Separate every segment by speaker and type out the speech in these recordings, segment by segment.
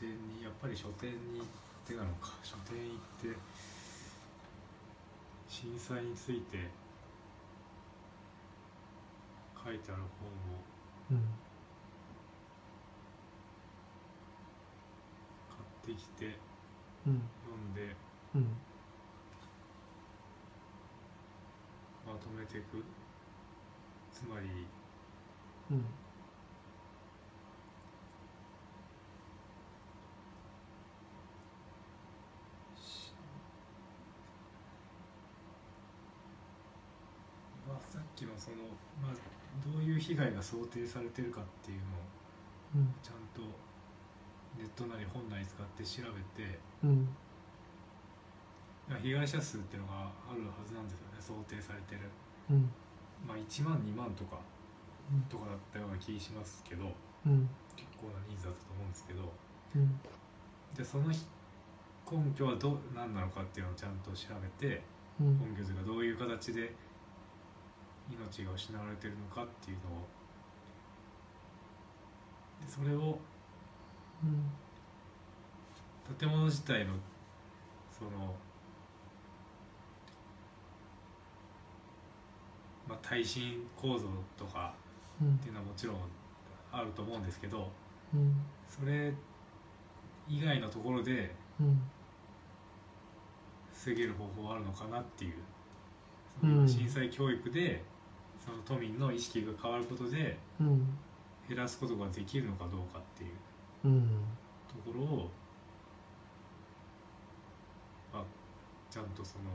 Speaker 1: 店にやっぱり書店に行ってなのか書店行って震災について書いてある本を
Speaker 2: うん
Speaker 1: 買ってきて
Speaker 2: うん
Speaker 1: 読んで
Speaker 2: うん
Speaker 1: まとめていくつまり
Speaker 2: うん
Speaker 1: まあ、さっきのその、まあ、どういう被害が想定されてるかっていうのを
Speaker 2: うん
Speaker 1: ちゃんとネットなり本なり使って調べて
Speaker 2: うん
Speaker 1: まあ被害者数っていうのがあるはずなんですよね想定されてる、
Speaker 2: うん
Speaker 1: まあ、1万2万とかとかだったような気しますけど
Speaker 2: うん
Speaker 1: 結構な人数だったと思うんですけど
Speaker 2: うん
Speaker 1: でその日根拠はど何なのかっていうのをちゃんと調べて
Speaker 2: うん
Speaker 1: 根拠というかどういう形で命が失われてるのかっていうのをでそれを
Speaker 2: うん
Speaker 1: 建物自体のその、まあ、耐震構造とか
Speaker 2: うん
Speaker 1: っていうのはもちろんあると思うんですけど
Speaker 2: うん
Speaker 1: それ以外のところで
Speaker 2: うん
Speaker 1: 防げる方法はあるのかなっていうそうの
Speaker 2: ん
Speaker 1: 震災教育でその都民の意識が変わることで
Speaker 2: うん
Speaker 1: 減らすことができるのかどうかっていう
Speaker 2: うん
Speaker 1: ところを、まあ、ちゃんとそのは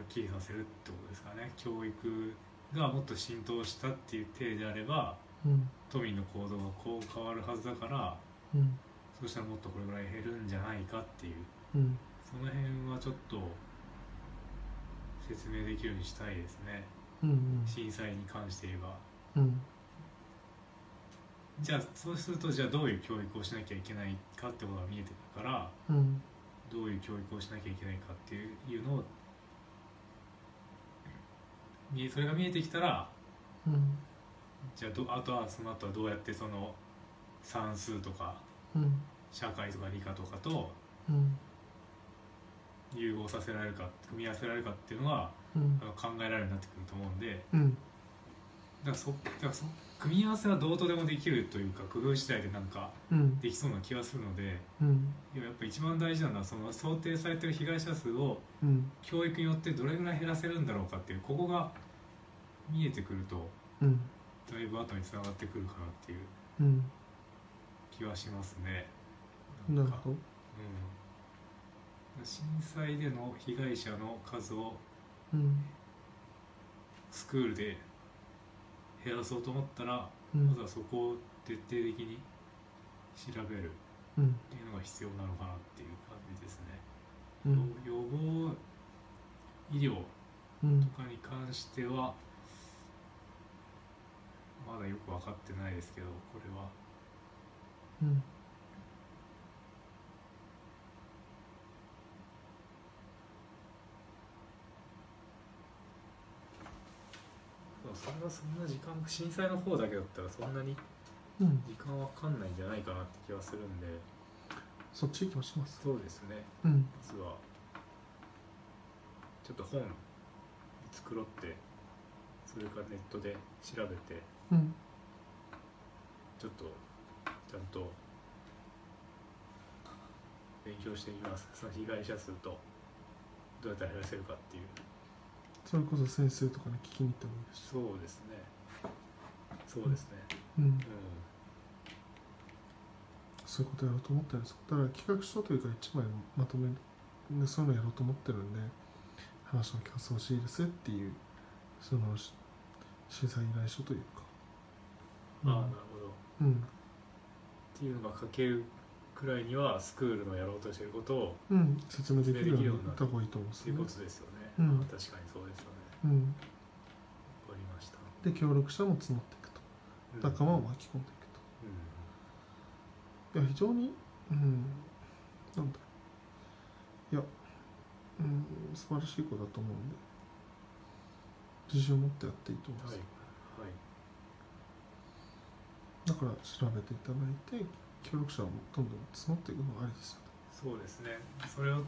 Speaker 1: っきりさせるってことですかね教育がもっと浸透したっていう体であれば
Speaker 2: うん
Speaker 1: 都民の行動がこう変わるはずだから
Speaker 2: うん
Speaker 1: そうしたらもっとこれぐらい減るんじゃないかっていう
Speaker 2: うん
Speaker 1: その辺はちょっと説明できるようにしたいですね
Speaker 2: うん
Speaker 1: 震災に関して言えば
Speaker 2: うん
Speaker 1: じゃあそうするとじゃあどういう教育をしなきゃいけないかってことが見えてくるから
Speaker 2: うん
Speaker 1: どういう教育をしなきゃいけないかっていうのを見えそれが見えてきたら
Speaker 2: うん
Speaker 1: じゃあどあとはその後はどうやってその算数とか
Speaker 2: うん
Speaker 1: 社会とか理科とかと
Speaker 2: うん
Speaker 1: 融合させられるか組み合わせられるかっていうのは
Speaker 2: うん
Speaker 1: あの考えられるようになってくると思うんで
Speaker 2: うん
Speaker 1: だからそだからそ組み合わせはどうとでもできるというか工夫次第でなんか
Speaker 2: うん
Speaker 1: できそうな気がするので
Speaker 2: うん
Speaker 1: いややっぱ一番大事なのはその想定されてる被害者数を
Speaker 2: うん
Speaker 1: 教育によってどれぐらい減らせるんだろうかっていうここが見えてくると
Speaker 2: うん
Speaker 1: だいぶ後につながってくるかなっていう
Speaker 2: うん
Speaker 1: 気はしますね。
Speaker 2: なる
Speaker 1: か
Speaker 2: ほど
Speaker 1: うん、震災での被害者の数を
Speaker 2: うん
Speaker 1: スクールで減らそうと思ったら
Speaker 2: う
Speaker 1: ま
Speaker 2: ん
Speaker 1: ずはそこを徹底的に調べる
Speaker 2: うん
Speaker 1: っていうのが必要なのかなっていう感じですね。
Speaker 2: うん
Speaker 1: 予防医療
Speaker 2: うん
Speaker 1: とかに関してはまだよく分かってないですけどこれは
Speaker 2: うん
Speaker 1: そんなそんな時間震災の方だけだったらそんなに
Speaker 2: うん
Speaker 1: 時間わかんないんじゃないかなって気はするんで
Speaker 2: そっち行きまします
Speaker 1: そうですね
Speaker 2: うん
Speaker 1: まずはちょっと本作ろってそれからネットで調べて
Speaker 2: うん
Speaker 1: ちょっとちゃんと勉強してみますその被害者数とどうやったら減らせるかっていう
Speaker 2: それこそ先生とかに聞きに行ってもいいです
Speaker 1: そうですねそうですね
Speaker 2: うん
Speaker 1: う
Speaker 2: そういうことやろうと思ってるんですだから企画書というか一枚まとめでそういうのやろうと思ってるんで話を聞かせてほしいですっていうそのし審査依頼書というか
Speaker 1: んああなるほどっ
Speaker 2: うん
Speaker 1: ていうのが書けるくらいにはスクールのやろうとしてることを
Speaker 2: うん説明できるようになった方がいいと思うんで
Speaker 1: っ
Speaker 2: す
Speaker 1: ていう
Speaker 2: よね
Speaker 1: ことですよね、
Speaker 2: うん
Speaker 1: ああ確かにそうですよね
Speaker 2: うん
Speaker 1: わかりました
Speaker 2: で協力者も募っていくと仲間を巻き込んでいく
Speaker 1: う
Speaker 2: といや非常にうんなんだいやうん素晴らしい子だと思うんで自信を持ってやっていいと思
Speaker 1: ん
Speaker 2: いま
Speaker 1: は
Speaker 2: す、
Speaker 1: いはい
Speaker 2: だから調べていただいて協力者をどんどん募っていくのがありですよね
Speaker 1: そうですねそれをえー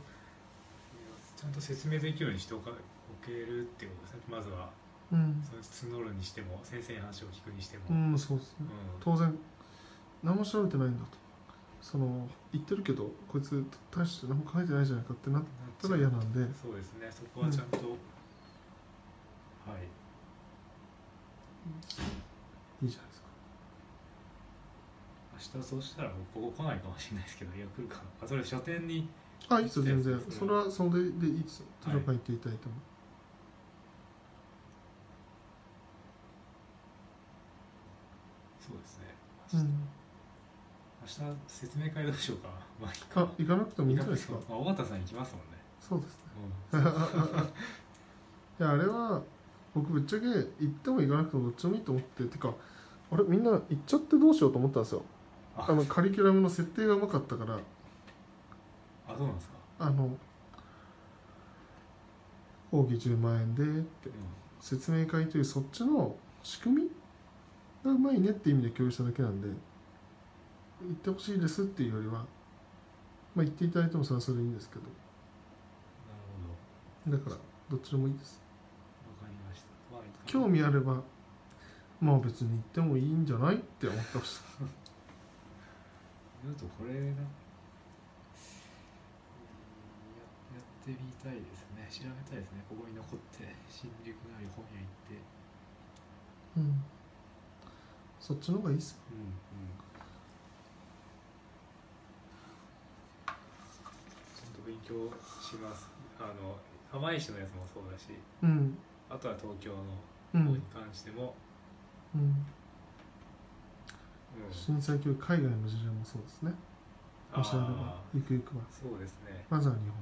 Speaker 1: ちゃんと説明できるようにしておかおけるっていうことですねまずは
Speaker 2: うん
Speaker 1: その募るにしても先生に話を聞くにしても、うん
Speaker 2: うん、そうですね当然何も調べてないんだとその言ってるけどこいつ大して何も考えてないじゃないかってなったら嫌なんで
Speaker 1: そうですねそこはちゃんと、はい
Speaker 2: いいじゃないですか
Speaker 1: 明日そうしたら僕ここ来ないかもしれないですけどいや来るかなあそれ書店に
Speaker 2: あいいですよ全然
Speaker 1: そうですね
Speaker 2: それはそれでいいですよ図
Speaker 1: はい
Speaker 2: 書館行っていただいても、
Speaker 1: そうですね
Speaker 2: うん
Speaker 1: 明日説明会どうしようかまあいいか
Speaker 2: あ行かなくてもいいんじゃないですか
Speaker 1: まあ尾形さん行きますもんね、
Speaker 2: そうですね
Speaker 1: う
Speaker 2: いやあれは僕ぶっちゃけ行っても行かなくてもどっちでもいいと思っててかあれみんな行っちゃってどうしようと思ったんですよ
Speaker 1: あ
Speaker 2: あのカリキュラムの設定がうまかったから
Speaker 1: ん、あそうなんですか、
Speaker 2: あの講義10万円で
Speaker 1: うん、
Speaker 2: 説明会というそっちの仕組みがうまいねって意味で共有しただけなんで行ってほしいですっていうよりはまあ言っていただいてもそれはそれでいいんですけど
Speaker 1: なるほど
Speaker 2: だからどっちでもいいです
Speaker 1: わかりました、まあ、いいかな
Speaker 2: 興味あればまあ別に行ってもいいんじゃないって思ってました
Speaker 1: ちょっとこれなうんややってみたいですね調べたいですねここに残って新宿なり本屋行って
Speaker 2: うんそっちの方がいいっすよ
Speaker 1: うんうんちゃんと勉強しますあの釜石のやつもそうだし
Speaker 2: うん
Speaker 1: あとは東京の
Speaker 2: う
Speaker 1: 方に
Speaker 2: ん、
Speaker 1: 関しても、
Speaker 2: うん、
Speaker 1: うん
Speaker 2: 震災教育海外の事例もそうですねもしあれば
Speaker 1: あ
Speaker 2: ゆくゆくは
Speaker 1: ーそうですね
Speaker 2: まずは日本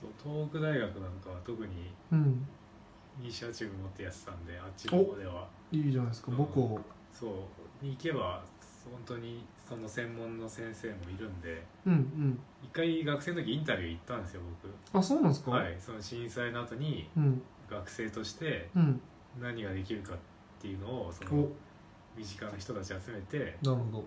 Speaker 1: そう東北大学なんかは特に
Speaker 2: うんうん
Speaker 1: イニシアチブ持ってやってたんであっちの方ではい
Speaker 2: いじゃないですか母校
Speaker 1: そうに行けば本当にその専門の先生もいるんで
Speaker 2: うんうん
Speaker 1: 一回学生の時インタビュー行ったんですよ
Speaker 2: あそうなんですか
Speaker 1: 僕はいその震災の後に
Speaker 2: うん
Speaker 1: 学生として
Speaker 2: うん
Speaker 1: 何ができるかっていうのをそ
Speaker 2: お
Speaker 1: の身近な人たち集めてで
Speaker 2: なるほど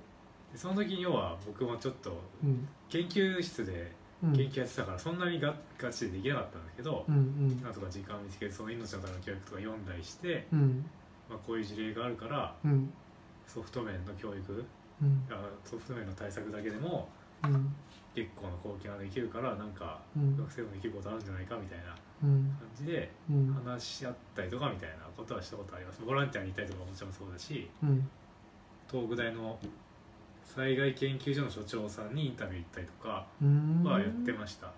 Speaker 1: その時に要は僕もちょっと
Speaker 2: うん
Speaker 1: 研究室で
Speaker 2: うん
Speaker 1: 研究やってたからそんなにガガチでできなかったんですけど
Speaker 2: うんうん
Speaker 1: なんとか時間を見つけてその命のための教育とか読んだりして、
Speaker 2: うん
Speaker 1: まあ、こういう事例があるから
Speaker 2: うん
Speaker 1: ソフト面の教育
Speaker 2: うん
Speaker 1: あソフト面の対策だけでも
Speaker 2: うん
Speaker 1: 結構の貢献ができるからなんか
Speaker 2: うん
Speaker 1: 学生でもできることあるんじゃないかみたいな
Speaker 2: うん
Speaker 1: 感じで
Speaker 2: うん
Speaker 1: 話し合ったりとかみたいなことはしたことありますボランティアに行ったりとかももちろんそうだし
Speaker 2: うん
Speaker 1: 東北大の災害研究所の所長さんにインタビュー行ったりとか
Speaker 2: うん
Speaker 1: はやってました、
Speaker 2: あ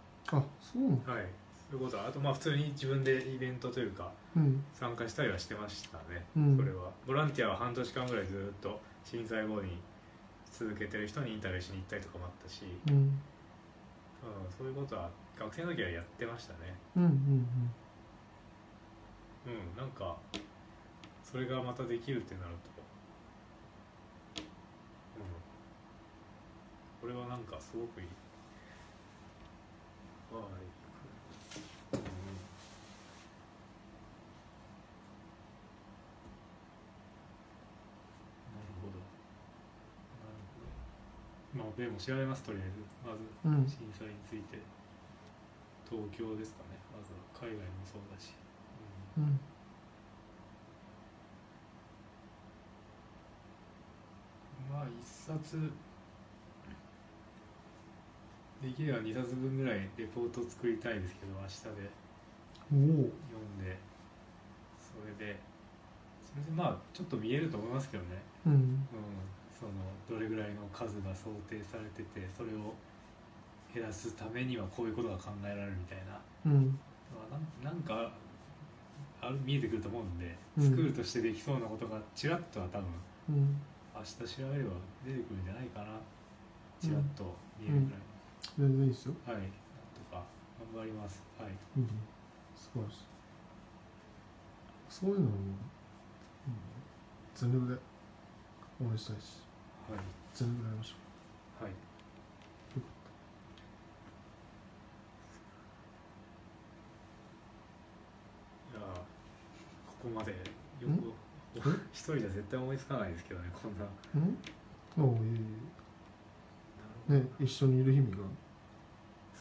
Speaker 2: そうなの
Speaker 1: はいそういうことはあとまあ普通に自分でイベントというか
Speaker 2: うん
Speaker 1: 参加したりはしてましたね、
Speaker 2: うん
Speaker 1: それはボランティアは半年間ぐらいずっと震災後に続けてる人にインタビューしに行ったりとかもあったし、
Speaker 2: うん
Speaker 1: うん、そういうことは学生の時はやってましたね
Speaker 2: うんうん
Speaker 1: うんなんかそれがまたできるってなるとうんこれはなんかすごくいいはい、うんなるほどなるほどまあでも調べますとりあえずまず
Speaker 2: うんうん
Speaker 1: 震災について東京ですかねまずは海外もそうだし、うん
Speaker 2: うん
Speaker 1: まあ一冊できれば2冊分ぐらいレポート作りたいですけど明日で
Speaker 2: お
Speaker 1: 読
Speaker 2: お
Speaker 1: んでそれでそれでまあちょっと見えると思いますけどね、
Speaker 2: うん
Speaker 1: うん、そのどれぐらいの数が想定されててそれを減らすためにはこういうことが考えられるみたいな
Speaker 2: うん
Speaker 1: まあ、なんなんかある見えてくると思うんで、
Speaker 2: うん
Speaker 1: スクールとしてできそうなことがちらっとは多分
Speaker 2: うん
Speaker 1: 明日調べれば出てくるんじゃないかなちらっと見えるぐらい、
Speaker 2: 全然いいですよ
Speaker 1: はいなんとか頑張りますはい
Speaker 2: うん素晴らしいそういうのを、うん、全力で応援したいし
Speaker 1: はい
Speaker 2: 全力でやりましょ
Speaker 1: はいいやーここまでよく
Speaker 2: ん
Speaker 1: 一人じゃ絶対思いつかないですけどねこんな
Speaker 2: うんああいえいえね一緒にいる意味が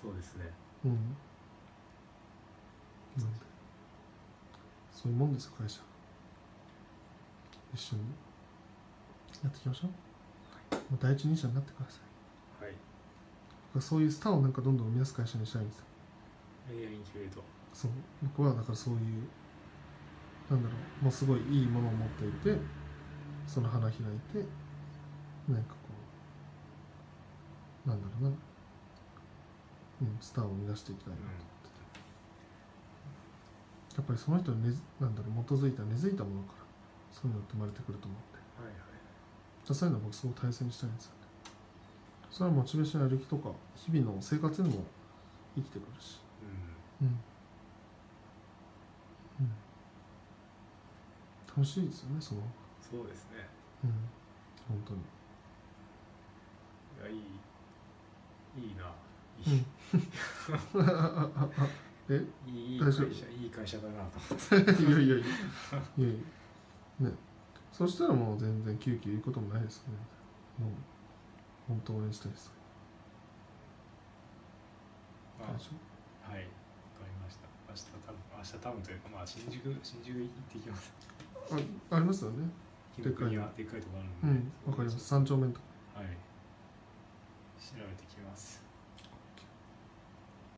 Speaker 1: そうですね
Speaker 2: うんなんでそういうもんですよ会社一緒にやっていきましょうもう第一人者になってください
Speaker 1: はい
Speaker 2: 僕はそういうスターをなんかどんどん生み出す会社にしたいんですよ
Speaker 1: メディアインキュベート
Speaker 2: そう僕はだからそういうなんだろうもうすごいいいものを持っていてその花開いてなんかこうなんだろうな、うん、スターを生み出していきたいなと思ってて、やっぱりその人に根付なんだろう基づいた根付いたものからそういうのって生まれてくると思うんで
Speaker 1: はいはい
Speaker 2: じゃあそういうの僕すごく大切にしたいんですよねそれはモチベーションやる気とか日々の生活にも生きてくるし
Speaker 1: う
Speaker 2: うん、うん、楽しいですよねその
Speaker 1: んそうですね
Speaker 2: うん本当に
Speaker 1: いやいいいいな
Speaker 2: うんえ
Speaker 1: いいいい
Speaker 2: 大
Speaker 1: 会
Speaker 2: 丈
Speaker 1: 社
Speaker 2: 夫
Speaker 1: いい会社だなと
Speaker 2: い やいやいやいやいやねそしたらもう全然急遽言うこともないですねもう本当応援したいです
Speaker 1: ま
Speaker 2: 大丈
Speaker 1: あはいわかりました明日多分明日多分というかまあ新宿新宿行ってきます
Speaker 2: 夫あありますよね
Speaker 1: 紀伊国にはでっかいところあ
Speaker 2: う
Speaker 1: るんで
Speaker 2: んわかります三丁目のとこ
Speaker 1: はい調べてきます